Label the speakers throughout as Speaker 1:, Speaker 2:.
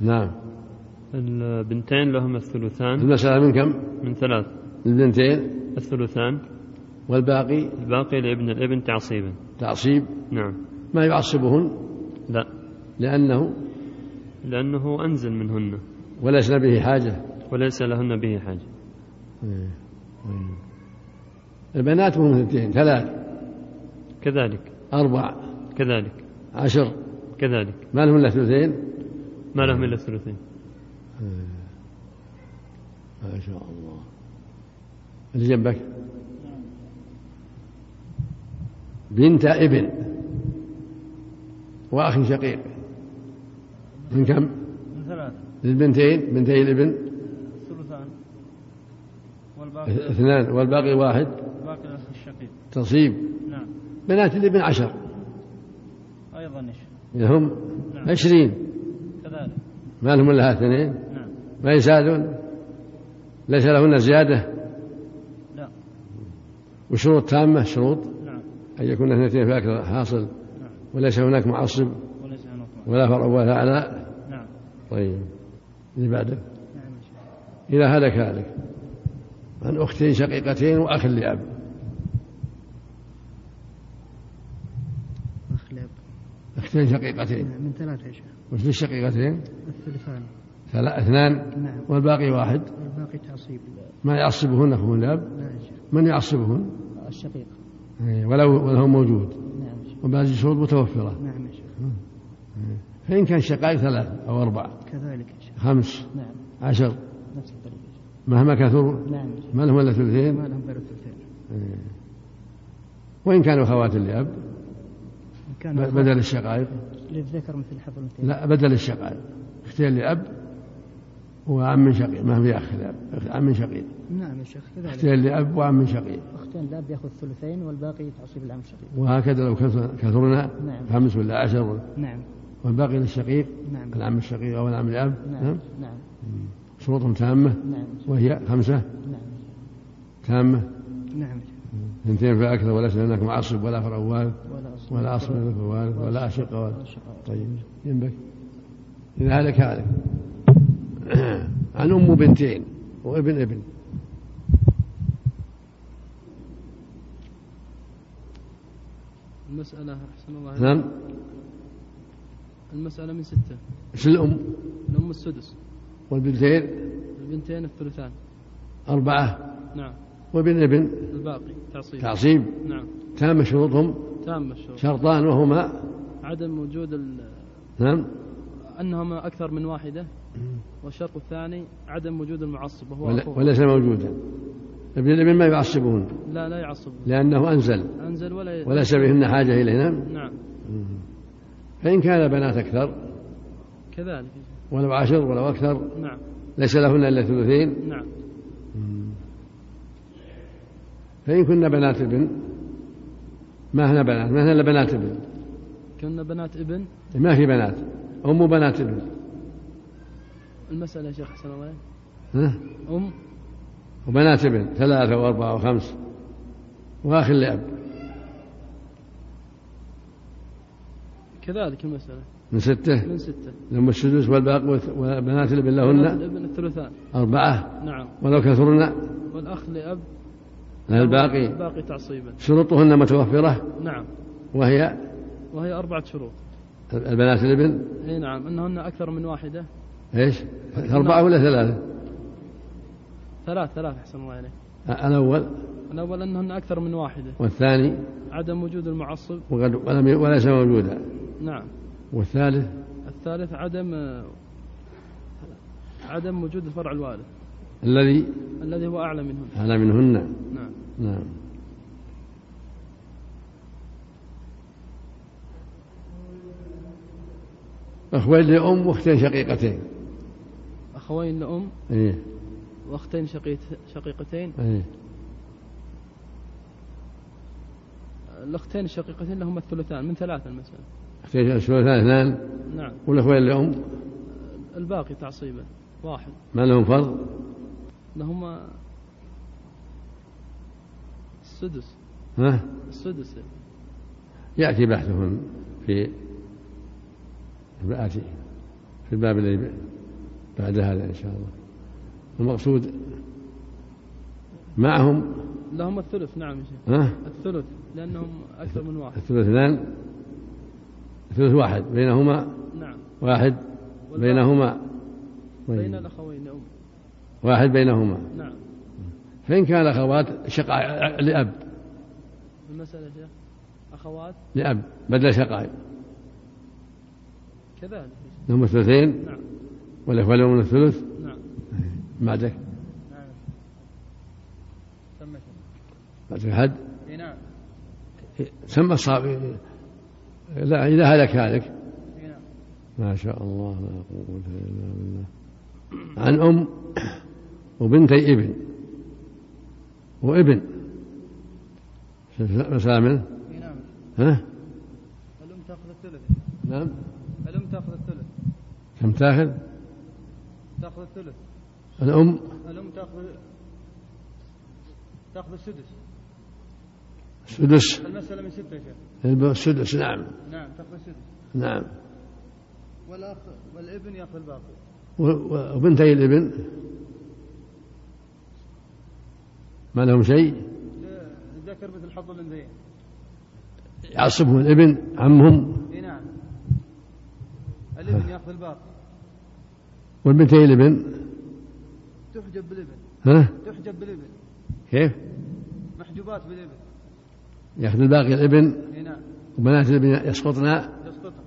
Speaker 1: نعم
Speaker 2: البنتين لهم الثلثان
Speaker 1: المسألة من كم؟
Speaker 2: من ثلاث
Speaker 1: البنتين
Speaker 2: الثلثان
Speaker 1: والباقي
Speaker 2: الباقي لابن الابن تعصيبا
Speaker 1: تعصيب
Speaker 2: نعم
Speaker 1: ما يعصبهن
Speaker 2: لا
Speaker 1: لأنه
Speaker 2: لأنه أنزل منهن
Speaker 1: وليس به حاجة
Speaker 2: وليس لهن به حاجة
Speaker 1: البنات هم اثنتين ثلاث
Speaker 2: كذلك
Speaker 1: أربع
Speaker 2: كذلك
Speaker 1: عشر
Speaker 2: كذلك
Speaker 1: ما لهم إلا ثلثين
Speaker 2: ما لهم إلا الثلثين
Speaker 1: ما شاء الله اللي جنبك بنت ابن وأخ شقيق من كم؟
Speaker 3: من ثلاثة
Speaker 1: للبنتين بنتي الابن
Speaker 3: الثلثان والباقي
Speaker 1: اثنان والباقي واحد
Speaker 3: الباقي الأخ الشقيق
Speaker 1: تصيب
Speaker 3: نعم
Speaker 1: بنات الابن عشر
Speaker 3: أيضا إيش
Speaker 1: هم
Speaker 3: نعم.
Speaker 1: عشرين
Speaker 3: كذلك
Speaker 1: ما لهم إلا اثنين
Speaker 3: نعم
Speaker 1: ما يزادون ليس لهن زيادة
Speaker 3: لا
Speaker 1: وشروط تامة شروط
Speaker 3: نعم
Speaker 1: أن يكون اثنتين فأكثر حاصل
Speaker 3: نعم
Speaker 1: وليس هناك معصب
Speaker 3: وليس هناك
Speaker 1: ولا فرع ولا علاء
Speaker 3: نعم
Speaker 1: طيب اللي بعده
Speaker 3: نعم يا شيخ.
Speaker 1: إلى هذا كذلك عن أختين شقيقتين وأخ لأب
Speaker 4: أخ لأب
Speaker 1: أختين شقيقتين
Speaker 4: من ثلاثة يا شيخ
Speaker 1: وش في الشقيقتين؟
Speaker 4: الثلثان
Speaker 1: ثلا- اثنان
Speaker 4: نعم
Speaker 1: والباقي واحد
Speaker 4: والباقي تعصيب
Speaker 1: ما يعصبهن أخوهن لأب
Speaker 4: لا يا شيخ
Speaker 1: من يعصبهن؟
Speaker 4: الشقيق
Speaker 1: إيه، ولو ولو موجود
Speaker 4: نعم يا شيخ
Speaker 1: وباقي الشروط متوفرة
Speaker 4: نعم يا شيخ
Speaker 1: فإن كان شقائق ثلاث أو أربع
Speaker 4: كذلك يا شيخ
Speaker 1: خمس
Speaker 4: نعم
Speaker 1: عشر
Speaker 4: نفس الطريقة يا شيخ.
Speaker 1: مهما كثروا
Speaker 4: نعم يا شيخ
Speaker 1: ما لهم إلا
Speaker 4: ما
Speaker 1: ثلثين
Speaker 4: لهم غير الثلثين
Speaker 1: إيه. وإن كانوا خوات لأب
Speaker 4: كان
Speaker 1: ب- بدل الشقائق
Speaker 4: للذكر مثل حظ الأنثيين
Speaker 1: لا بدل الشقائق اختين لأب وعم شقيق ما في أخ لأب عم شقيق
Speaker 4: نعم يا شيخ كذلك
Speaker 1: اختين لأب وعم شقيق
Speaker 4: أختين الأب يأخذ ثلثين والباقي تعصيب العم الشقيق
Speaker 1: وهكذا لو كثر- كثرنا
Speaker 4: نعم.
Speaker 1: خمس ولا عشر ولا-
Speaker 4: نعم
Speaker 1: والباقي للشقيق
Speaker 4: نعم
Speaker 1: العم الشقيق أو العم لأب
Speaker 4: نعم نعم
Speaker 1: شروط تامة
Speaker 4: نعم
Speaker 1: وهي خمسة
Speaker 4: نعم
Speaker 1: تامة
Speaker 4: نعم يا شيخ.
Speaker 1: اثنتين فأكثر وليس هناك معصب ولا فرع وارث
Speaker 4: ولا أصل
Speaker 1: ولا أصل لك وارث ولا أشقة وارث
Speaker 4: شقاء.
Speaker 1: طيب جنبك إذا هلك هلك عن أم بنتين وابن ابن
Speaker 5: المسألة أحسن الله عليك.
Speaker 1: نعم
Speaker 5: المسألة من ستة
Speaker 1: ايش الأم
Speaker 5: الأم السدس
Speaker 1: والبنتين
Speaker 5: البنتين الثلثان
Speaker 1: أربعة
Speaker 5: نعم
Speaker 1: وابن ابن
Speaker 5: الباقي تعصيب
Speaker 1: تعصيب
Speaker 5: نعم
Speaker 1: تام شروطهم
Speaker 5: تام الشروط
Speaker 1: شرطان وهما
Speaker 5: عدم وجود ال...
Speaker 1: نعم
Speaker 5: أنهما أكثر من واحدة والشرط الثاني عدم وجود المعصب وهو
Speaker 1: ولا-
Speaker 5: أخوه.
Speaker 1: وليس موجودا ابن الابن ما يعصبهن
Speaker 5: لا لا يعصب
Speaker 1: لأنه أنزل
Speaker 5: أنزل ولا
Speaker 1: وليس بهن حاجة إليه نعم
Speaker 5: نعم
Speaker 1: فإن كان بنات أكثر
Speaker 5: كذلك
Speaker 1: ولو عشر ولو أكثر
Speaker 5: نعم
Speaker 1: ليس لهن إلا ثلثين
Speaker 5: نعم
Speaker 1: فإن كنا بنات ابن ما هنا بنات ما هنا إلا بنات ابن إيه،
Speaker 5: كنا بنات ابن
Speaker 1: ما في بنات أم بنات ابن
Speaker 5: المسألة يا شيخ أحسن الله عليك.
Speaker 1: ها؟
Speaker 5: أم
Speaker 1: وبنات ابن ثلاثة وأربعة وخمس وأخ لأب
Speaker 5: كذلك المسألة
Speaker 1: من ستة
Speaker 5: من ستة
Speaker 1: لما السدس والباقي والث- وبنات الابن لهن
Speaker 5: الابن الثلثان
Speaker 1: أربعة
Speaker 5: نعم
Speaker 1: ولو كثرنا
Speaker 5: والأخ لأب
Speaker 1: لها الباقي
Speaker 5: الباقي تعصيبا
Speaker 1: شروطهن متوفرة
Speaker 5: نعم
Speaker 1: وهي
Speaker 5: وهي أربعة شروط
Speaker 1: البنات الابن
Speaker 5: أي نعم أنهن أكثر من واحدة
Speaker 1: ايش؟ أربعة ولا ثلاثة؟
Speaker 5: ثلاث ثلاث أحسن الله عليك
Speaker 1: الأول
Speaker 5: الأول أنهن أكثر من واحدة
Speaker 1: والثاني
Speaker 5: عدم وجود المعصب
Speaker 1: وقد ولم وليس موجودا
Speaker 5: نعم
Speaker 1: والثالث
Speaker 5: الثالث عدم عدم وجود الفرع الوارث
Speaker 1: الذي
Speaker 5: الذي هو أعلى منهن
Speaker 1: على منهن
Speaker 5: نعم
Speaker 1: نعم أخوين لأم وأختين شقيقتين
Speaker 5: أخوين لأم
Speaker 1: إيه
Speaker 5: وأختين شقيت شقيقتين
Speaker 1: إيه
Speaker 5: الأختين الشقيقتين لهما الثلثان من ثلاثة المسألة
Speaker 1: أختين شقيقتين اثنان
Speaker 5: نعم
Speaker 1: والأخوين لأم
Speaker 5: الباقي تعصيبا واحد
Speaker 1: ما لهم فرض
Speaker 5: لهما السدس
Speaker 1: ها
Speaker 5: السدس
Speaker 1: يأتي بحثهم في الآتي في في الباب اللي بعد هذا إن شاء الله المقصود معهم
Speaker 5: لهم الثلث نعم يا شيخ
Speaker 1: ها
Speaker 5: الثلث لأنهم أكثر من واحد
Speaker 1: الثلث اثنان الثلث واحد بينهما
Speaker 5: نعم
Speaker 1: واحد
Speaker 5: والباقي
Speaker 1: بينهما
Speaker 5: بين
Speaker 1: طيب.
Speaker 5: الأخوين لأم
Speaker 1: واحد بينهما
Speaker 5: نعم
Speaker 1: فإن كان أخوات شقع لأب
Speaker 5: المسألة يا شيخ أخوات
Speaker 1: لأب بدل شقائق
Speaker 5: كذلك يا شيخ.
Speaker 1: لهم الثلثين
Speaker 5: نعم
Speaker 1: والإخوة لهم الثلث
Speaker 5: نعم
Speaker 1: بعدك
Speaker 3: نعم تم
Speaker 1: بعدك حد
Speaker 3: اي نعم
Speaker 1: سمى الصعب لا إذا هلك هلك
Speaker 3: اي نعم
Speaker 1: ما شاء الله لا قوة إلا بالله عن أم وبنتي ابن وابن مسألة منه
Speaker 3: اي نعم
Speaker 1: ها
Speaker 3: الام تاخذ الثلث
Speaker 1: نعم
Speaker 3: الام تاخذ الثلث
Speaker 1: كم تاخذ
Speaker 3: تاخذ الثلث
Speaker 1: الأم
Speaker 3: الام تاخذ تاخذ السدس
Speaker 1: السدس
Speaker 3: المسألة من ستة يا شيخ
Speaker 1: السدس نعم
Speaker 3: نعم تاخذ السدس
Speaker 1: نعم
Speaker 3: والاخ والابن ياخذ الباقي
Speaker 1: و- و- وبنتي الابن ما لهم شيء
Speaker 3: الذكر مثل حظ الانثيين
Speaker 1: يعصبهم الابن عمهم
Speaker 3: اي نعم الابن ياخذ الباقي
Speaker 1: والبنتي الابن
Speaker 3: تحجب بالابن
Speaker 1: ها
Speaker 3: تحجب بالابن
Speaker 1: كيف
Speaker 3: محجوبات بالابن
Speaker 1: ياخذ الباقي الابن
Speaker 3: اي نعم
Speaker 1: وبنات الابن يسقطن
Speaker 3: يسقطها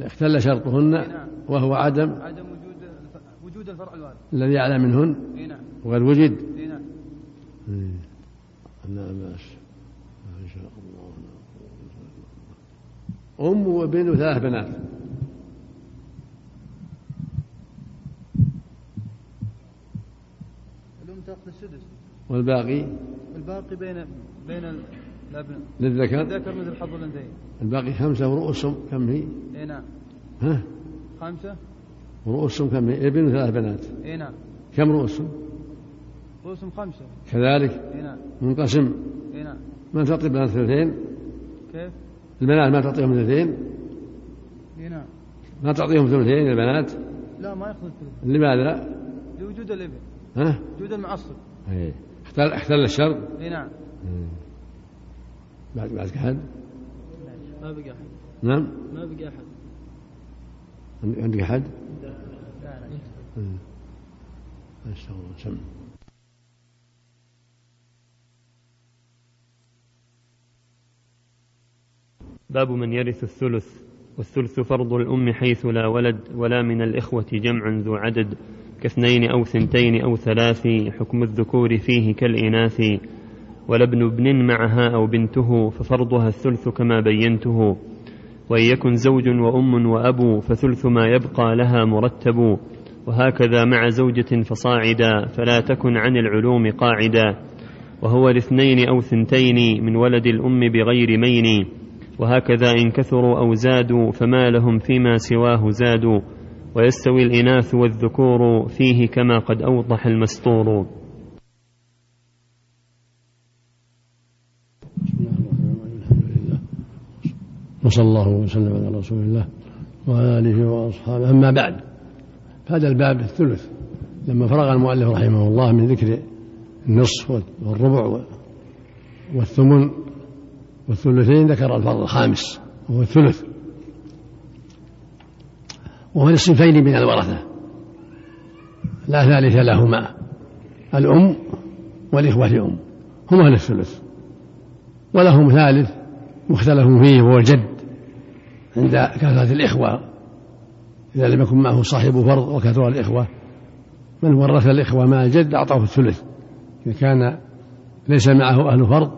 Speaker 1: اختل شرطهن وهو عدم
Speaker 3: نعم. عدم وجود الف- وجود الفرع الوارث
Speaker 1: الذي اعلى منهن
Speaker 3: اي نعم
Speaker 1: وقد وجد
Speaker 3: اي نعم
Speaker 1: إيه. لا بأس ما شاء الله أم وابن وثلاث بنات
Speaker 3: الام تاخذ السدس
Speaker 1: والباقي
Speaker 3: الباقي بين بين ال- الابن
Speaker 1: للذكر
Speaker 3: الذكر مثل حظ الانثيين
Speaker 1: الباقي خمسة ورؤوسهم كم هي؟
Speaker 3: اي نعم
Speaker 1: ها؟
Speaker 3: خمسه
Speaker 1: رؤوسهم كم هي؟ ابن وثلاث بنات
Speaker 3: اي نعم
Speaker 1: كم رؤوسهم؟
Speaker 3: رؤوسهم خمسه
Speaker 1: كذلك
Speaker 3: اي نعم
Speaker 1: منقسم
Speaker 3: اي نعم
Speaker 1: ما تعطي البنات ثلثين
Speaker 3: كيف؟
Speaker 1: البنات ما تعطيهم ثلثين
Speaker 3: اي نعم
Speaker 1: ما تعطيهم ثلثين البنات
Speaker 3: لا ما ياخذ الثلث
Speaker 1: لماذا؟
Speaker 3: لوجود الابن
Speaker 1: ها؟
Speaker 3: وجود المعصب
Speaker 1: إيه. اختل اختل الشرط
Speaker 3: اي نعم
Speaker 1: إيه. بعد بعد أحد
Speaker 5: ما بقى أحد
Speaker 1: نعم
Speaker 5: ما بقى أحد
Speaker 1: عندك- عندك أحد؟
Speaker 3: لا لا
Speaker 1: أستغفر الله سم
Speaker 2: باب من يرث الثلث والثلث فرض الأم حيث لا ولد ولا من الإخوة جمع ذو عدد كاثنين أو ثنتين أو ثلاث حكم الذكور فيه كالإناث ولا ابن ابن معها أو بنته ففرضها الثلث كما بينته وإن يكن زوج وأم وأب فثلث ما يبقى لها مرتب وهكذا مع زوجة فصاعدا فلا تكن عن العلوم قاعدا وهو لاثنين أو ثنتين من ولد الأم بغير مين وهكذا إن كثروا أو زادوا فما لهم فيما سواه زادوا ويستوي الإناث والذكور فيه كما قد أوضح المسطور
Speaker 1: بسم الله الرحمن الرحيم الحمد لله وصلى الله وسلم على رسول الله وعلى اله واصحابه اما بعد هذا الباب الثلث لما فرغ المؤلف رحمه الله من ذكر النصف والربع والثمن والثلثين ذكر الفرض الخامس وهو الثلث وهو للصنفين من الورثه لا ثالث لهما الام والاخوه الام هما للثلث ولهم ثالث مختلف فيه وهو الجد عند كثرة الإخوة إذا لم يكن معه صاحب فرض وكثرة الإخوة من ورث الإخوة مع الجد أعطاه الثلث إذا كان ليس معه أهل فرض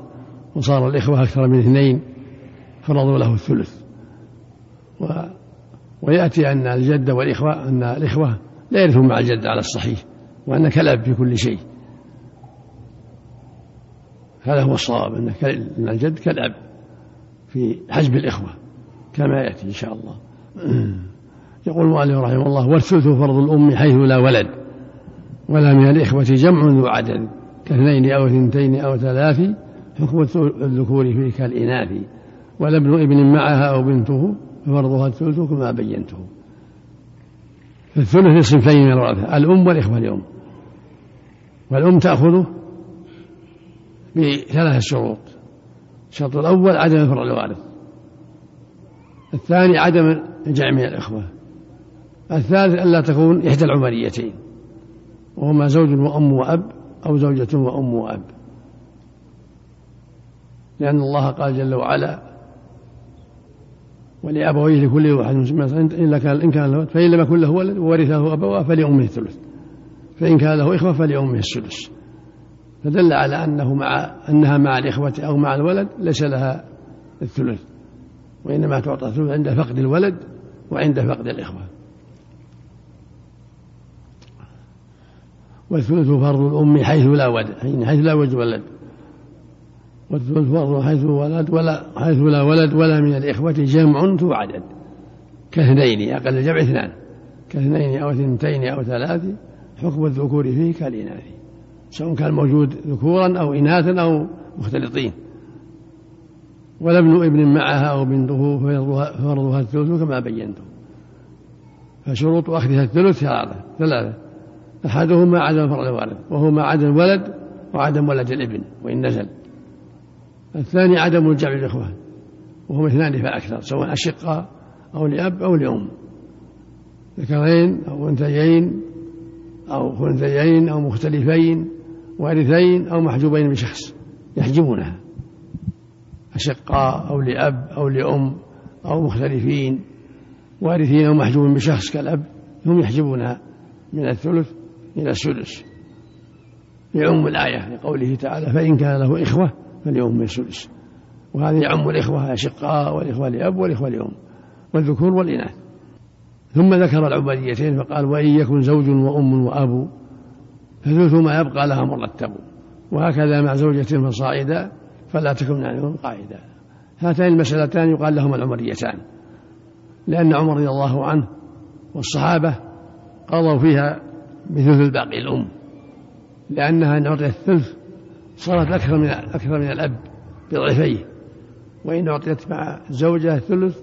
Speaker 1: وصار الإخوة أكثر من اثنين فرضوا له الثلث و ويأتي أن الجد والإخوة أن الإخوة لا يرثون مع الجد على الصحيح وأن كلب في كل شيء هذا هو الصواب أن كال- أن الجد كالأب في حجب الإخوة كما يأتي إن شاء الله يقول المؤلف رحمه الله والثلث فرض الأم حيث لا ولد ولا من الإخوة جمع ذو عدد كاثنين أو اثنتين أو ثلاث حكم الثل- الذكور فيه كالإناث ولا ابن ابن معها أو بنته ففرضها الثلث كما بينته الثلث لصنفين من الورثة الأم والإخوة اليوم والأم تأخذه بثلاثة شروط الشرط الأول عدم فرع الوارث الثاني عدم الجمع من الإخوة الثالث ألا تكون إحدى العمريتين وهما زوج وأم وأب أو زوجة وأم وأب لأن الله قال جل وعلا ولأبويه لكل واحد من إلا كان إن كان له ولد فإن لم يكن له ولد وورثه أبواه فلأمه الثلث فإن كان له إخوة فلأمه السدس فدل على أنه مع أنها مع الإخوة أو مع الولد ليس لها الثلث وإنما تعطى الثلث عند فقد الولد وعند فقد الإخوة والثلث فرض الأم حيث لا ولد حيث لا وجه ولد والثلث فرض حيث ولد ولا حيث لا ولد ولا من الإخوة جمع ذو عدد كاثنين أقل الجمع اثنان كاثنين أو اثنتين أو ثلاث حكم الذكور فيه كالإناث سواء كان موجود ذكورا أو إناثا أو مختلطين ولا ابن ابن معها أو بنته فيرضها- ففرضها الثلث كما بينته فشروط أخذها الثلث ثلاثة ثلاثة أحدهما عدم فرع الوارث وهما عدم ولد وعدم ولد الابن وإن نزل الثاني عدم الجمع الإخوة وهم اثنان فأكثر سواء أشقاء أو لأب أو لأم ذكرين أو أنثيين أو خنثيين أو مختلفين وارثين أو محجوبين بشخص يحجبونها أشقاء أو لأب أو لأم أو مختلفين وارثين أو محجوب بشخص كالأب هم يحجبونها من الثلث إلى السدس يعم الآية لقوله تعالى فإن كان له إخوة فليؤم السدس وهذا يعم الإخوة الأشقاء والإخوة لأب والإخوة لأم والذكور والإناث ثم ذكر العباديتين فقال وإن يكن زوج وأم وأب فثلث ما يبقى لها مرتب وهكذا مع زوجة فصاعدا فلا تكن عنهم قاعدا هاتان المسألتان يقال لهما العمريتان لأن عمر رضي الله عنه والصحابة قضوا فيها بثلث الباقي الأم لأنها إن أعطيت الثلث صارت أكثر من أكثر من الأب بضعفيه وإن أعطيت مع الزوجة الثلث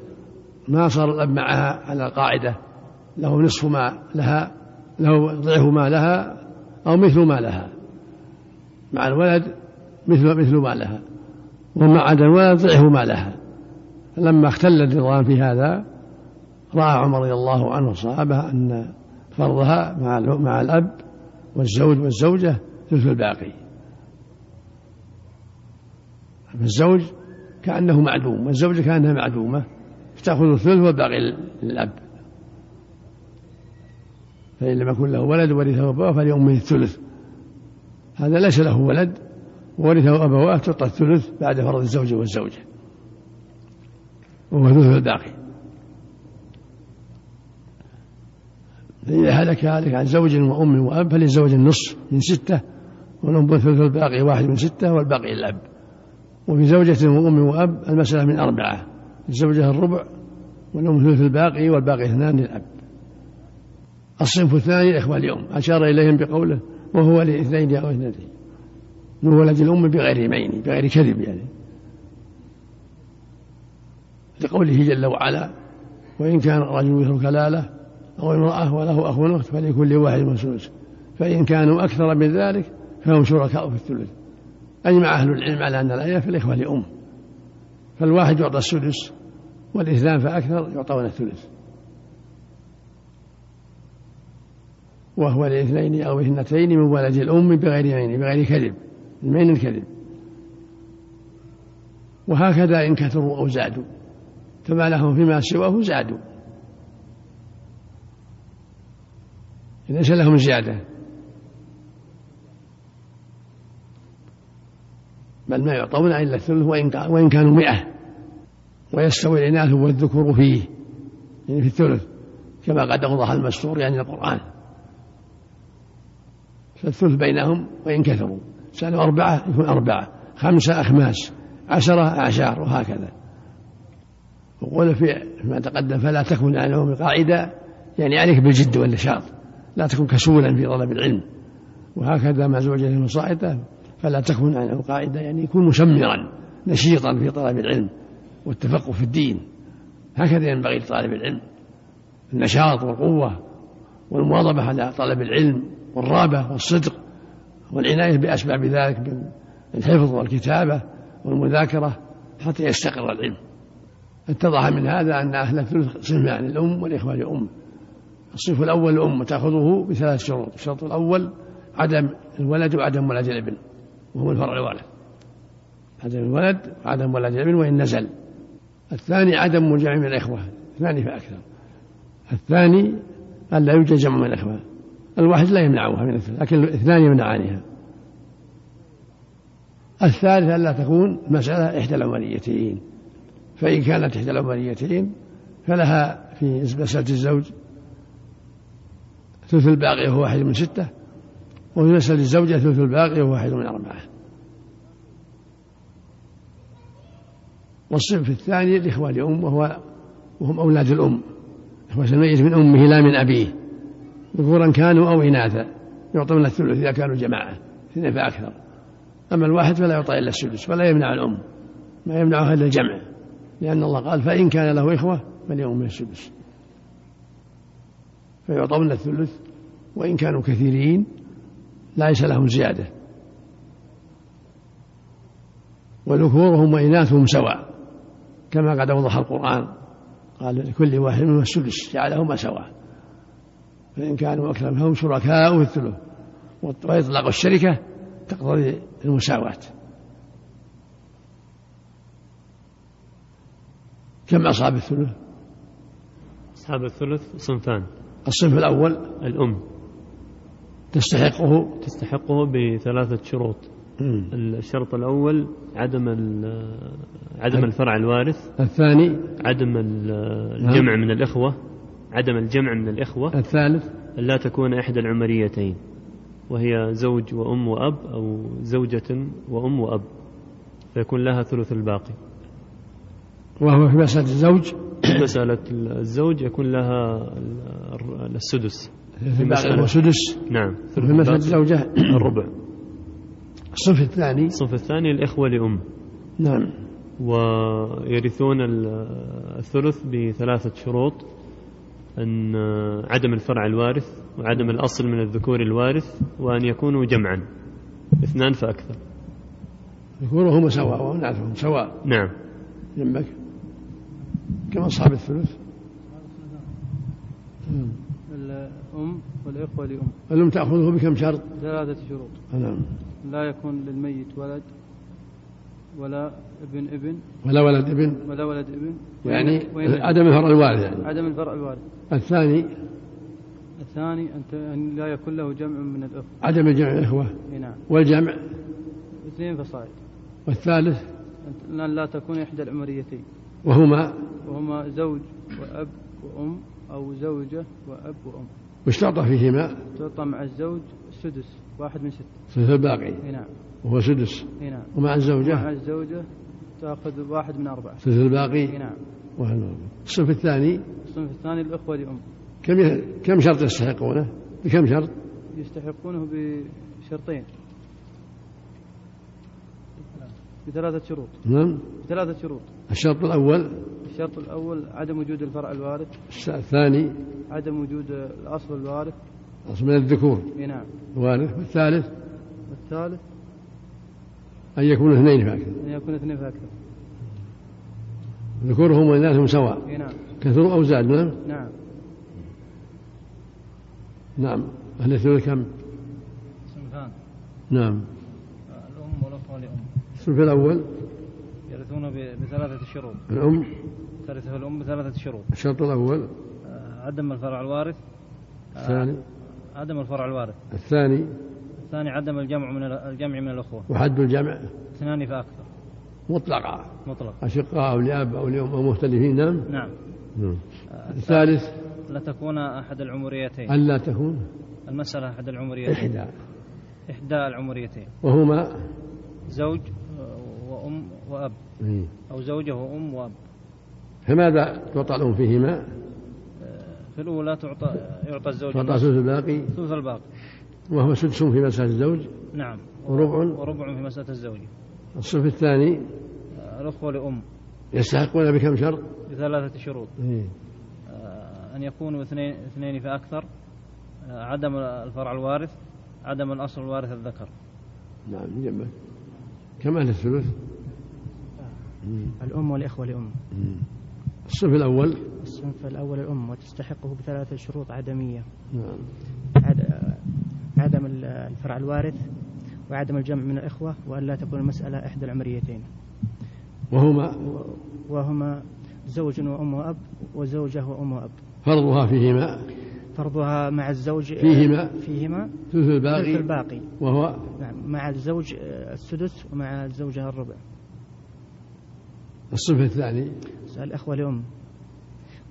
Speaker 1: ما صار الأب معها على القاعدة له نصف ما لها له ضعف ما لها أو مثل ما لها مع الولد مثل مثل ما لها ومع عدم الولد ضعف ما لها لما اختل النظام في هذا رأى عمر رضي الله عنه الصحابة أن فرضها مع ال- مع الأب والزوج والزوجة ثلث الباقي فالزوج كأنه معدوم والزوجة كأنها معدومة فتأخذ الثلث والباقي للأب فإن لم يكن له ولد ورثه أبواه فليؤمه الثلث هذا ليس له ولد وورثه أبواه تعطى الثلث بعد فرض الزوج والزوجة وهو ثلث الباقي فإذا هلك هلك عن زوج وأم وأب فللزوج النصف من ستة والأم ثلث الباقي واحد من ستة والباقي للأب وفي زوجة وأم وأب المسألة من أربعة الزوجة الربع والأم ثلث الباقي والباقي اثنان للأب الصنف الثاني الإخوة اليوم أشار إليهم بقوله وهو لاثنين أو اثنتين من ولد الأم بغير مين بغير كذب يعني لقوله جل وعلا وإن كان الرجل يثر كلالة أو امرأة وله أخ وأخت فلكل واحد من الثلث فإن كانوا أكثر من ذلك فهم شركاء في الثلث أجمع أهل العلم على أن الآية في الإخوة لأم فالواحد يعطى السدس والاثنان فأكثر يعطون الثلث وهو لاثنين أو اثنتين من ولد الأم بغير عين بغير كذب المين الكذب وهكذا إن كثروا أو زادوا فما لهم فيما سواه زادوا ليس لهم زيادة بل ما يعطون إلا الثلث وإن كا- وإن كانوا مئة ويستوي الإناث والذكور فيه يعني في الثلث كما قد أوضح المسطور يعني القرآن فالثلث بينهم وإن كثروا سألوا أربعة يكون أربعة خمسة أخماس عشرة أعشار وهكذا وقول في ما تقدم فلا تكن عنهم قاعدة يعني عليك بالجد والنشاط لا تكن كسولا في طلب العلم وهكذا مع زوجته وصاعته فلا تكن عنه قاعدة يعني يكون مشمرا نشيطا في طلب العلم والتفقه في الدين هكذا ينبغي لطالب العلم النشاط والقوة والمواظبة على طلب العلم والرغبة والصدق والعناية بأسباب ذلك من الحفظ والكتابة والمذاكرة حتى يستقر العلم اتضح من هذا أن أهل الثلث صنفان الأم والإخوة لأم الصنف الأول الأم تأخذه بثلاث شروط الشرط الأول عدم الولد وعدم ولد الابن وهو الفرع الوارث عدم الولد وعدم ولد الابن وإن نزل الثاني عدم جمع الإخوة اثنان فأكثر الثاني أن لا يوجد جمع من الإخوة الواحد لا يمنعها من الثلث لكن الاثنان يمنعانها الثالث أن لا تكون مسألة إحدى العمريتين فإن كانت إحدى العمريتين فلها في مسألة الزوج ثلث الباقي وهو واحد من ستة وفي مسألة الزوجة ثلث الباقي وهو واحد من أربعة والصنف الثاني الإخوة لأم وهو وهم أولاد الأم إخوة الميت من أمه لا من أبيه ذكورا كانوا أو إناثا يعطون الثلث إذا كانوا جماعة اثنين فأكثر أما الواحد فلا يعطى إلا السدس ولا يمنع الأم ما يمنعها إلا الجمع لأن الله قال فإن كان له إخوة فليومه السدس فيعطون الثلث وإن كانوا كثيرين ليس لهم زيادة وذكورهم وإناثهم سواء كما قد أوضح القرآن قال لكل واحد منهم السدس جعلهما سواء فإن كانوا أكثر فهم شركاء في الثلث وإطلاق الشركة تقتضي المساواة كم أصحاب الثلث؟
Speaker 2: أصحاب الثلث صنفان
Speaker 1: الصنف الأول
Speaker 2: الأم
Speaker 1: تستحقه
Speaker 2: تستحقه بثلاثة شروط الشرط الأول عدم ال- عدم الفرع الوارث
Speaker 1: الثاني
Speaker 2: عدم ال- الجمع من الإخوة عدم الجمع من الإخوة
Speaker 1: الثالث
Speaker 2: لا تكون إحدى العمريتين وهي زوج وأم وأب أو زوجة وأم وأب فيكون لها ثلث الباقي
Speaker 1: وهو في مسألة الزوج
Speaker 2: مسألة الزوج يكون لها ال- السدس
Speaker 1: في
Speaker 2: مسألة.
Speaker 1: مسألة وسدس
Speaker 2: نعم
Speaker 1: وفي مسألة
Speaker 2: الباقي
Speaker 1: الزوجة
Speaker 2: الربع
Speaker 1: الصنف الثاني
Speaker 2: الصنف الثاني الإخوة لأم
Speaker 1: نعم
Speaker 2: ويرثون ال- الثلث بثلاثة شروط أن عدم الفرع الوارث وعدم الأصل من الذكور الوارث وأن يكونوا جمعا اثنان فأكثر
Speaker 1: ذكورهم سواء وإناثهم سواء
Speaker 2: نعم
Speaker 1: جنبك كم أصحاب الثلث؟ نعم.
Speaker 5: الأم والإخوة لأم
Speaker 1: الأم تأخذه بكم شرط؟
Speaker 5: ثلاثة شروط
Speaker 1: نعم
Speaker 5: لا يكون للميت ولد ولا ابن ابن
Speaker 1: ولا ولد ابن
Speaker 5: ولا ولد ابن
Speaker 1: يعني
Speaker 5: وإن- وإن-
Speaker 1: عدم فرع الوالد يعني
Speaker 5: عدم الفرع الوارث
Speaker 1: الثاني
Speaker 5: الثاني أن ت- أن لا يكون له جمع من الإخوة
Speaker 1: عدم جمع الإخوة
Speaker 5: إي نعم
Speaker 1: والجمع
Speaker 5: اثنين فصاعد
Speaker 1: والثالث
Speaker 5: أن لا تكون إحدى العمريتين
Speaker 1: وهما
Speaker 5: وهما زوج وأب وأم أو زوجة وأب وأم
Speaker 1: واشترط فيهما
Speaker 5: تعطى مع الزوج السدس واحد من ستة
Speaker 1: ثلث الباقي
Speaker 5: اي نعم
Speaker 1: وهو سدس
Speaker 5: اي نعم
Speaker 1: ومع
Speaker 5: مع
Speaker 1: الزوجة
Speaker 5: الزوجة تأخذ واحد من أربعة
Speaker 1: ثلث
Speaker 5: اي
Speaker 1: الباقي
Speaker 5: نعم
Speaker 1: وهو- الصنف الثاني
Speaker 5: الصنف الثاني الإخوة لأم
Speaker 1: كم ي- كم شرط يستحقونه؟ بكم شرط؟
Speaker 5: يستحقونه بشرطين بثلاثة شروط
Speaker 1: نعم
Speaker 5: بثلاثة شروط
Speaker 1: الشرط الأول
Speaker 5: الشرط الأول عدم وجود الفرع الوارث
Speaker 1: الش- الثاني
Speaker 5: عدم وجود الأصل الوارث
Speaker 1: أصل من الذكور
Speaker 5: اي نعم
Speaker 1: الوارث والثالث
Speaker 5: والثالث
Speaker 1: أن يكون اثنين فأكثر
Speaker 5: أن يكون اثنين فأكثر
Speaker 1: ذكورهم وإناثهم سواء
Speaker 5: اي نعم
Speaker 1: كثروا أو زادوا نعم
Speaker 5: نعم
Speaker 1: نعم أهل الثلث كم؟
Speaker 3: صنفان
Speaker 1: نعم
Speaker 3: الأم والأخوة لأم
Speaker 1: الصنف الأول
Speaker 3: يرثون ب- بثلاثة شروط
Speaker 1: الأم
Speaker 3: ترثه الأم بثلاثة شروط
Speaker 1: الشرط الأول
Speaker 3: آه، عدم الفرع الوارث
Speaker 1: الثاني
Speaker 3: عدم الفرع الوارث
Speaker 1: الثاني
Speaker 3: الثاني عدم الجمع من ال- الجمع من الأخوة
Speaker 1: وحد الجمع
Speaker 3: اثنان فأكثر
Speaker 1: مطلقة
Speaker 3: مطلق
Speaker 1: أشقاء أو لأب أو لأم أو مختلفين نعم
Speaker 3: نعم
Speaker 1: نعم. الثالث
Speaker 3: لا تكون أحد العمريتين
Speaker 1: ألا تكون
Speaker 3: المسألة أحد العمريتين
Speaker 1: إحدى
Speaker 3: إحدى العمريتين
Speaker 1: وهما
Speaker 3: زوج آه، وأم وأب
Speaker 1: إيه؟
Speaker 3: أو زوجة وأم وأب
Speaker 1: فماذا تعطى الأم فيهما؟
Speaker 3: آه، في الأولى تعطى آه، يعطى الزوج
Speaker 1: تعطى ثلث الباقي
Speaker 3: ثلث الباقي
Speaker 1: وهو سدس في مسألة الزوج
Speaker 3: نعم
Speaker 1: وربع
Speaker 3: وربع في مسألة الزوجة
Speaker 1: الصف الثاني
Speaker 3: آه، الأخوة لأم
Speaker 1: يستحقون بكم شرط؟
Speaker 3: بثلاثة شروط آه، أن يكونوا اثنين اثنين فأكثر عدم الفرع الوارث عدم الأصل الوارث الذكر
Speaker 1: نعم من جنبك كم أهل الثلث
Speaker 4: الأم والإخوة لأم
Speaker 1: الصف الأول
Speaker 4: الصنف الأول الأم وتستحقه بثلاثة شروط عدمية
Speaker 1: نعم
Speaker 4: عد- عدم ال- الفرع الوارث وعدم الجمع من الإخوة وأن لا تكون المسألة إحدى العمريتين
Speaker 1: وهما
Speaker 4: وهما زوج وأم وأب وزوجة وأم وأب
Speaker 1: فرضها فيهما
Speaker 4: فرضها مع الزوج آه،
Speaker 1: فيهما؟
Speaker 4: فيهما
Speaker 1: ثلث
Speaker 4: ثلث
Speaker 1: الباقي
Speaker 4: الباقي
Speaker 1: وهو
Speaker 4: نعم مع الزوج آه، السدس ومع الزوجة الربع
Speaker 1: الصف الثاني
Speaker 4: الأخوة لأم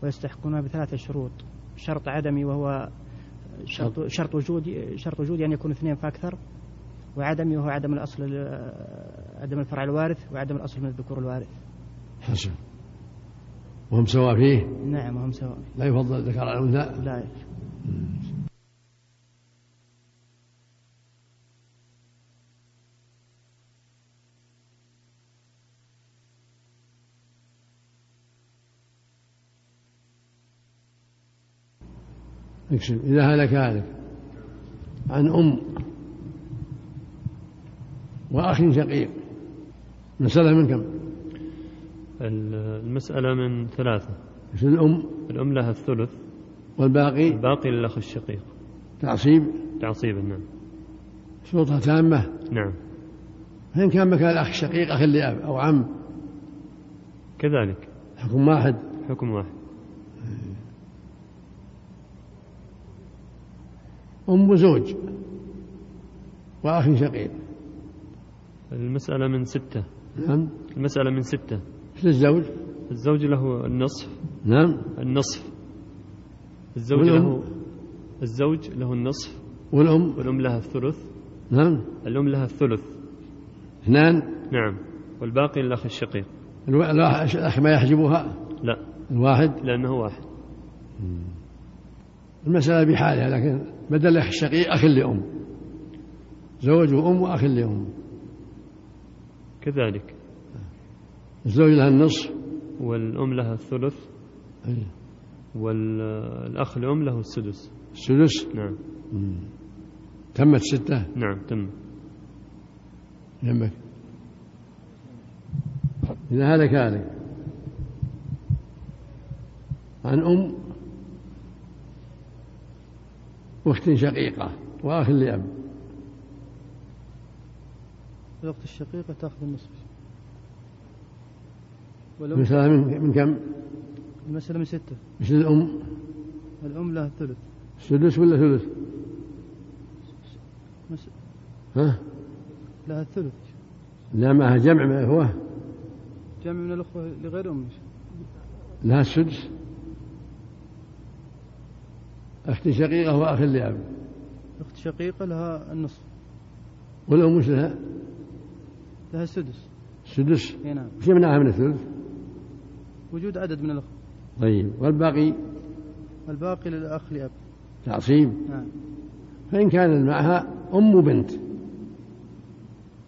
Speaker 4: ويستحقونها بثلاثة شروط شرط عدمي وهو شرط شرط وجودي شرط وجودي أن يكون اثنين فأكثر وعدمي وهو عدم الأصل ال- عدم الفرع الوارث وعدم الأصل من الذكور الوارث
Speaker 1: حسن وهم سواء فيه
Speaker 4: نعم وهم سواء
Speaker 1: لا يفضل الذكر على الأنثى
Speaker 4: لا
Speaker 1: يكشف إذا هلك هالك عن أم وأخ شقيق مسألة من كم؟
Speaker 2: المسألة من ثلاثة
Speaker 1: مثل الأم
Speaker 2: الأم لها الثلث
Speaker 1: والباقي
Speaker 2: الباقي للأخ الشقيق
Speaker 1: تعصيب
Speaker 2: تعصيبا نعم
Speaker 1: سلطة تامة
Speaker 2: نعم
Speaker 1: فإن كان مكان الأخ شقيق أخ لأب أو عم
Speaker 2: كذلك
Speaker 1: حكم واحد
Speaker 2: حكم واحد
Speaker 1: أم زوج وأخ شقيق
Speaker 2: المسألة من ستة
Speaker 1: نعم
Speaker 2: المسألة من ستة
Speaker 1: مثل الزوج
Speaker 2: الزوج له النصف
Speaker 1: نعم
Speaker 2: النصف الزوج
Speaker 1: والأم؟
Speaker 2: له الزوج له النصف
Speaker 1: والأم
Speaker 2: والأم لها الثلث
Speaker 1: نعم
Speaker 2: الأم لها الثلث
Speaker 1: اثنان
Speaker 2: نعم والباقي للأخ الشقيق
Speaker 1: الوا- الواحد- الأخ ما يحجبها
Speaker 2: لا
Speaker 1: الواحد
Speaker 2: لأنه واحد
Speaker 1: المسألة بحالها لكن بدل الأخ الشقيق أخ لأم زوج وأم وأخ لأم
Speaker 2: كذلك
Speaker 1: الزوج لها النصف
Speaker 2: والأم لها الثلث والأخ الأم له السدس
Speaker 1: السدس
Speaker 2: نعم
Speaker 1: تمت ستة
Speaker 2: نعم تم
Speaker 1: جنبك إذا هلك هلك عن أم وأخت شقيقة وأخ لأب
Speaker 5: الأخت الشقيقة تأخذ النصف والأم
Speaker 1: المسألة من من كم؟
Speaker 5: المسألة من ستة
Speaker 1: مثل الأم
Speaker 5: الأم لها الثلث
Speaker 1: سدس ولا ثلث؟
Speaker 5: مس-
Speaker 1: ها؟
Speaker 5: لها الثلث
Speaker 1: لا معها جمع ما هو
Speaker 5: جمع من الأخوة لغير أم
Speaker 1: لها السدس أخت شقيقة وأخ لأب
Speaker 5: الأخت الشقيقة لها النصف
Speaker 1: والأم وش لها؟
Speaker 5: لها السدس
Speaker 1: سدس
Speaker 5: اي نعم
Speaker 1: وش يمنعها من الثلث؟
Speaker 5: وجود عدد من الأخوة
Speaker 1: طيب والباقي
Speaker 5: الباقي للأخ لأب
Speaker 1: تعصيب
Speaker 5: نعم
Speaker 1: فإن كان معها أم بنت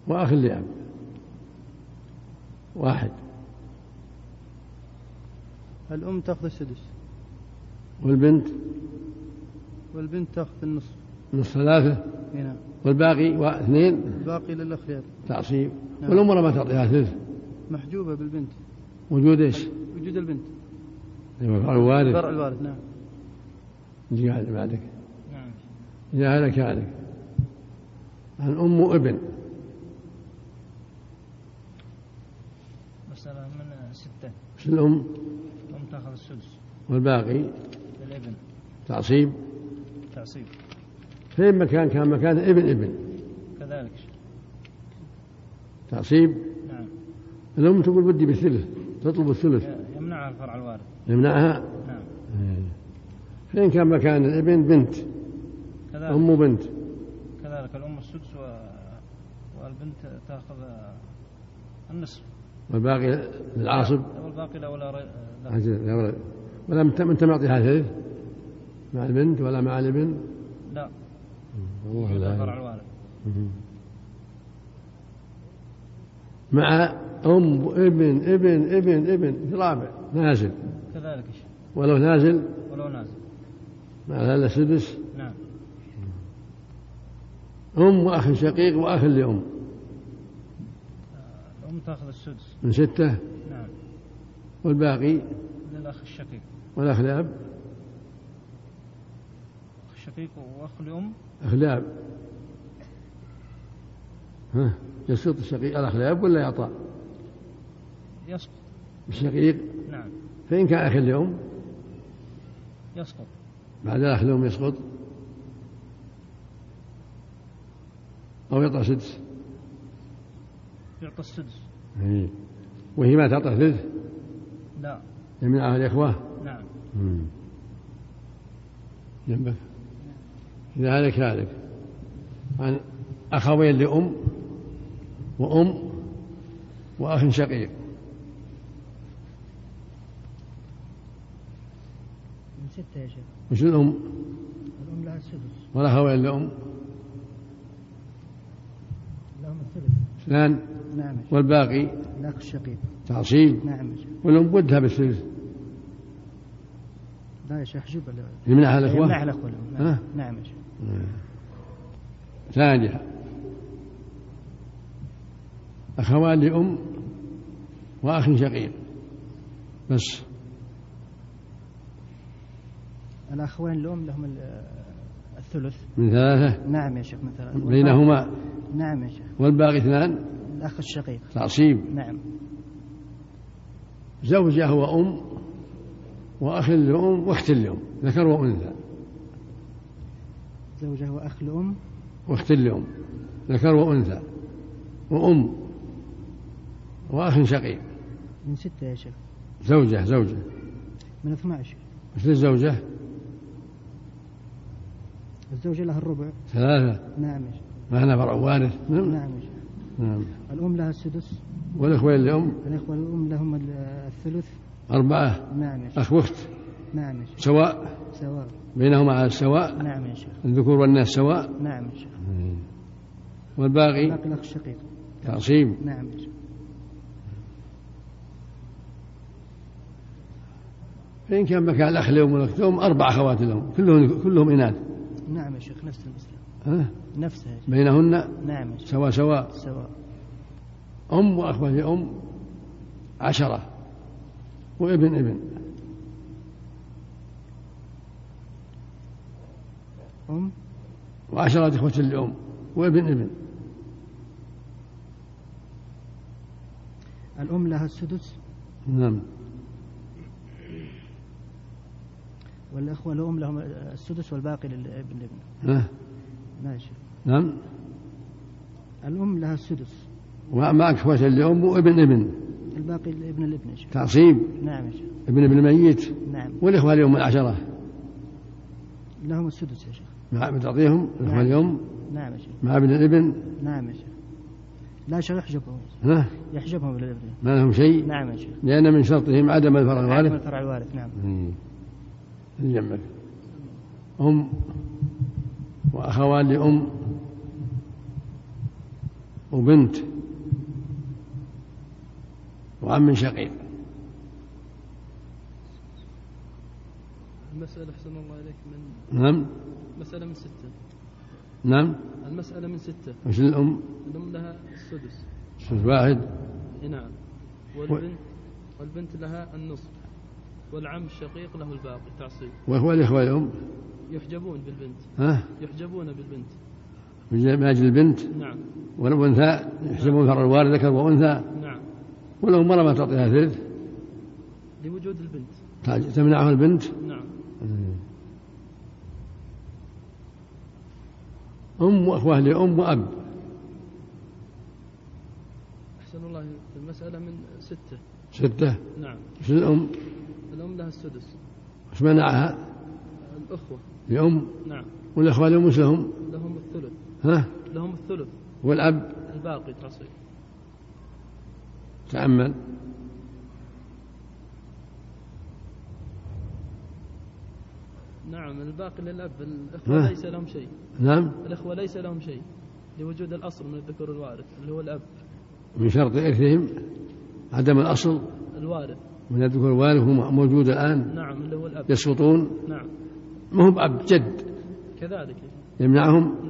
Speaker 1: وأخ لأب واحد
Speaker 5: الأم تأخذ السدس
Speaker 1: والبنت
Speaker 5: والبنت تأخذ النصف
Speaker 1: نصف ثلاثة
Speaker 5: اي نعم
Speaker 1: والباقي وا- اثنين
Speaker 5: الباقي للأخ لأب
Speaker 1: تعصيب
Speaker 5: نعم.
Speaker 1: والأمورة ما تعطيها ثلث
Speaker 5: محجوبة بالبنت
Speaker 1: وجود ايش؟
Speaker 5: وجود البنت
Speaker 1: أيوة، فرع وارث
Speaker 5: فرع الوارث نعم
Speaker 1: يجي واحد بعدك
Speaker 3: نعم
Speaker 1: إذا هلك هلك عن أم وابن
Speaker 3: مسألة من ستة
Speaker 1: وش الأم
Speaker 3: أم تأخذ السدس
Speaker 1: والباقي
Speaker 3: للابن
Speaker 1: تعصيب
Speaker 3: تعصيب
Speaker 1: فإن مكان كان مكان ابن ابن
Speaker 3: كذلك
Speaker 1: تعصيب
Speaker 3: نعم
Speaker 1: الأم تقول بدي بالثلث تطلب الثلث
Speaker 3: يمنعها الفرع الوارث
Speaker 1: يمنعها
Speaker 3: نعم
Speaker 1: فإن كان مكان الابن بنت
Speaker 3: كذلك
Speaker 1: أم وبنت
Speaker 3: كذلك الأم السدس و... والبنت تأخذ النصف
Speaker 1: والباقي للعاصب
Speaker 3: والباقي لا ولا ري... لا.
Speaker 1: عجز- لا ولا- ولا أنت أنت معطيها ثلث مع البنت ولا مع الابن
Speaker 3: لا
Speaker 1: والله لا
Speaker 3: الفرع
Speaker 1: يعلم.
Speaker 3: الوارث
Speaker 1: مع أم وابن ابن ابن ابن رابع نازل
Speaker 3: كذلك
Speaker 1: ولو نازل
Speaker 3: ولو نازل
Speaker 1: مع هذا السدس
Speaker 3: نعم
Speaker 1: أم وأخ شقيق وأخ لأم
Speaker 3: الأم تأخذ السدس
Speaker 1: من ستة
Speaker 3: نعم
Speaker 1: والباقي
Speaker 3: للأخ الشقيق
Speaker 1: والأخ لأب
Speaker 3: أخ الشقيق وأخ الأم
Speaker 1: أخ لأب ها يسقط الشقيق الأخ لأب ولا يعطى
Speaker 3: يسقط
Speaker 1: الشقيق
Speaker 3: نعم
Speaker 1: فإن كان أخ لأم
Speaker 3: يسقط
Speaker 1: بعد الأخ لأم يسقط أو يعطى سدس
Speaker 3: يعطى السدس
Speaker 1: إيه. وهي ما تعطى ثلث
Speaker 3: لا
Speaker 1: يمنعها الإخوة
Speaker 3: نعم
Speaker 1: مم. جنبك ذلك هالك عن أخوين لأم وأم وأخ شقيق
Speaker 4: من ستة يا شيخ
Speaker 1: وش الأم
Speaker 4: الأم لها السدس
Speaker 1: والأخوين لأم
Speaker 4: لهم الثلث
Speaker 1: اثنان
Speaker 4: نعم يا شيخ.
Speaker 1: والباقي
Speaker 4: الأخ الشقيق
Speaker 1: تعصيب
Speaker 4: نعم يا شيخ
Speaker 1: والأم ودها بالثلث
Speaker 4: لا يا شيخ حجب ال-
Speaker 1: يمنعها الإخوة
Speaker 4: يمنعها الأخوة لهم. نعم.
Speaker 1: ها؟
Speaker 4: نعم يا شيخ
Speaker 1: ثانية أخوان لأم وأخ شقيق بس
Speaker 4: الأخوين الأم لهم ال- الثلث
Speaker 1: من ثلاثة
Speaker 4: نعم يا شيخ من ثلاث
Speaker 1: بينهما
Speaker 4: نعم يا شيخ
Speaker 1: والباقي اثنان
Speaker 4: الأخ الشقيق
Speaker 1: تعصيب
Speaker 4: نعم
Speaker 1: زوجة وأم وأخ لأم وأخت لأم ذكر وأنثى
Speaker 4: زوجة وأخ الأم
Speaker 1: واخت لأم ذكر وأنثى وأم وأخ شقيق
Speaker 4: من ستة يا شيخ
Speaker 1: زوجة زوجة
Speaker 4: من 12
Speaker 1: مثل الزوجة
Speaker 4: الزوجة لها الربع
Speaker 1: ثلاثة
Speaker 4: نعم يا شيخ
Speaker 1: معنا فرع وارث نعم
Speaker 4: نعم يا شيخ
Speaker 1: نعم
Speaker 4: الأم لها السدس
Speaker 1: والأخوين لأم
Speaker 4: الإخوة الأم لهم ال- الثلث
Speaker 1: أربعة
Speaker 4: نعم يا شيخ
Speaker 1: أخ وأخت
Speaker 4: نعم يا شيخ
Speaker 1: سواء
Speaker 4: سواء
Speaker 1: بينهما على السواء
Speaker 4: نعم يا شيخ
Speaker 1: الذكور والناس سواء
Speaker 4: نعم يا شيخ
Speaker 1: والباقي
Speaker 4: باقي الأخ الشقيق
Speaker 1: تعصيب
Speaker 4: نعم يا شيخ
Speaker 1: فإن كان مكان الأخ لأم والأخت لأم أربع أخوات لهم كلهم كلهم إناث
Speaker 4: نعم يا شيخ نفس المسألة
Speaker 1: ها؟
Speaker 4: نفسها يا شيخ
Speaker 1: بينهن
Speaker 4: نعم يا شيخ
Speaker 1: سواء سواء
Speaker 4: سواء
Speaker 1: أم وأخوة لأم عشرة وابن ابن
Speaker 4: أم
Speaker 1: وعشرة إخوة لأم وابن ابن
Speaker 4: الأم لها السدس
Speaker 1: نعم
Speaker 4: والإخوة الأم لهم السدس والباقي للابن ابن
Speaker 1: ها؟
Speaker 4: نعم يا شيخ
Speaker 1: نعم
Speaker 4: الأم لها السدس
Speaker 1: ومعك إخوة لأم وابن ابن
Speaker 4: الباقي لابن الابن يا شيخ
Speaker 1: تعصيب
Speaker 4: نعم يا شيخ
Speaker 1: ابن ابن ميت
Speaker 4: نعم
Speaker 1: والإخوة لأم العشرة
Speaker 4: لهم السدس يا شيخ
Speaker 1: مع بتعطيهم الإخوة
Speaker 4: نعم.
Speaker 1: لأم
Speaker 4: نعم يا شيخ
Speaker 1: مع ابن الابن
Speaker 4: نعم يا شيخ لا شيخ يحجبهم يا شيخ.
Speaker 1: ها؟
Speaker 4: يحجبهم للابن
Speaker 1: ما لهم شيء
Speaker 4: نعم يا شيخ
Speaker 1: لأن من شرطهم عدم الفرع
Speaker 4: عدم
Speaker 1: الوارث
Speaker 4: الفرع الوارث نعم
Speaker 1: مم. اللي جنبك أم وأخوان لأم وبنت وعم شقيق
Speaker 5: المسألة أحسن الله إليك من
Speaker 1: نعم
Speaker 5: مسألة من ستة
Speaker 1: نعم
Speaker 5: المسألة من ستة
Speaker 1: وش الأم
Speaker 5: الأم لها السدس
Speaker 1: سدس واحد
Speaker 5: إي نعم والبنت والبنت لها النصف والعم الشقيق له الباقي تعصيب
Speaker 1: وإخوة الإخوة الأم
Speaker 5: يحجبون بالبنت
Speaker 1: ها
Speaker 5: يحجبون بالبنت
Speaker 1: من أجل البنت
Speaker 5: نعم
Speaker 1: والأنثى يحسبون فرع الوارث ذكر وأنثى
Speaker 5: نعم
Speaker 1: والأم ولا ما تعطيها ثلث
Speaker 5: لوجود البنت
Speaker 1: تعج- تمنعه البنت
Speaker 5: نعم
Speaker 1: أم وأخوة لأم وأب
Speaker 5: أحسن الله إليك. المسألة من ستة
Speaker 1: ستة
Speaker 5: نعم
Speaker 1: وش الأم
Speaker 5: الأم لها السدس
Speaker 1: وش منعها
Speaker 5: الأخوة
Speaker 1: لأم
Speaker 5: نعم
Speaker 1: والأخوة لأم وش لهم
Speaker 5: لهم الثلث
Speaker 1: ها
Speaker 5: لهم الثلث
Speaker 1: والأب
Speaker 5: الباقي تعصيب
Speaker 1: تأمل
Speaker 5: نعم الباقي للأب الأخوة
Speaker 1: ها.
Speaker 5: ليس لهم شيء
Speaker 1: نعم
Speaker 5: الأخوة ليس لهم شيء لوجود الأصل من الذكر الوارث اللي هو الأب
Speaker 1: من شرط إرثهم عدم الأصل
Speaker 5: الوارث
Speaker 1: من الذكور الوارث هو موجود الآن
Speaker 5: نعم اللي هو الأب
Speaker 1: يسقطون
Speaker 5: نعم
Speaker 1: ما هو بأب جد
Speaker 5: كذلك
Speaker 1: يمنعهم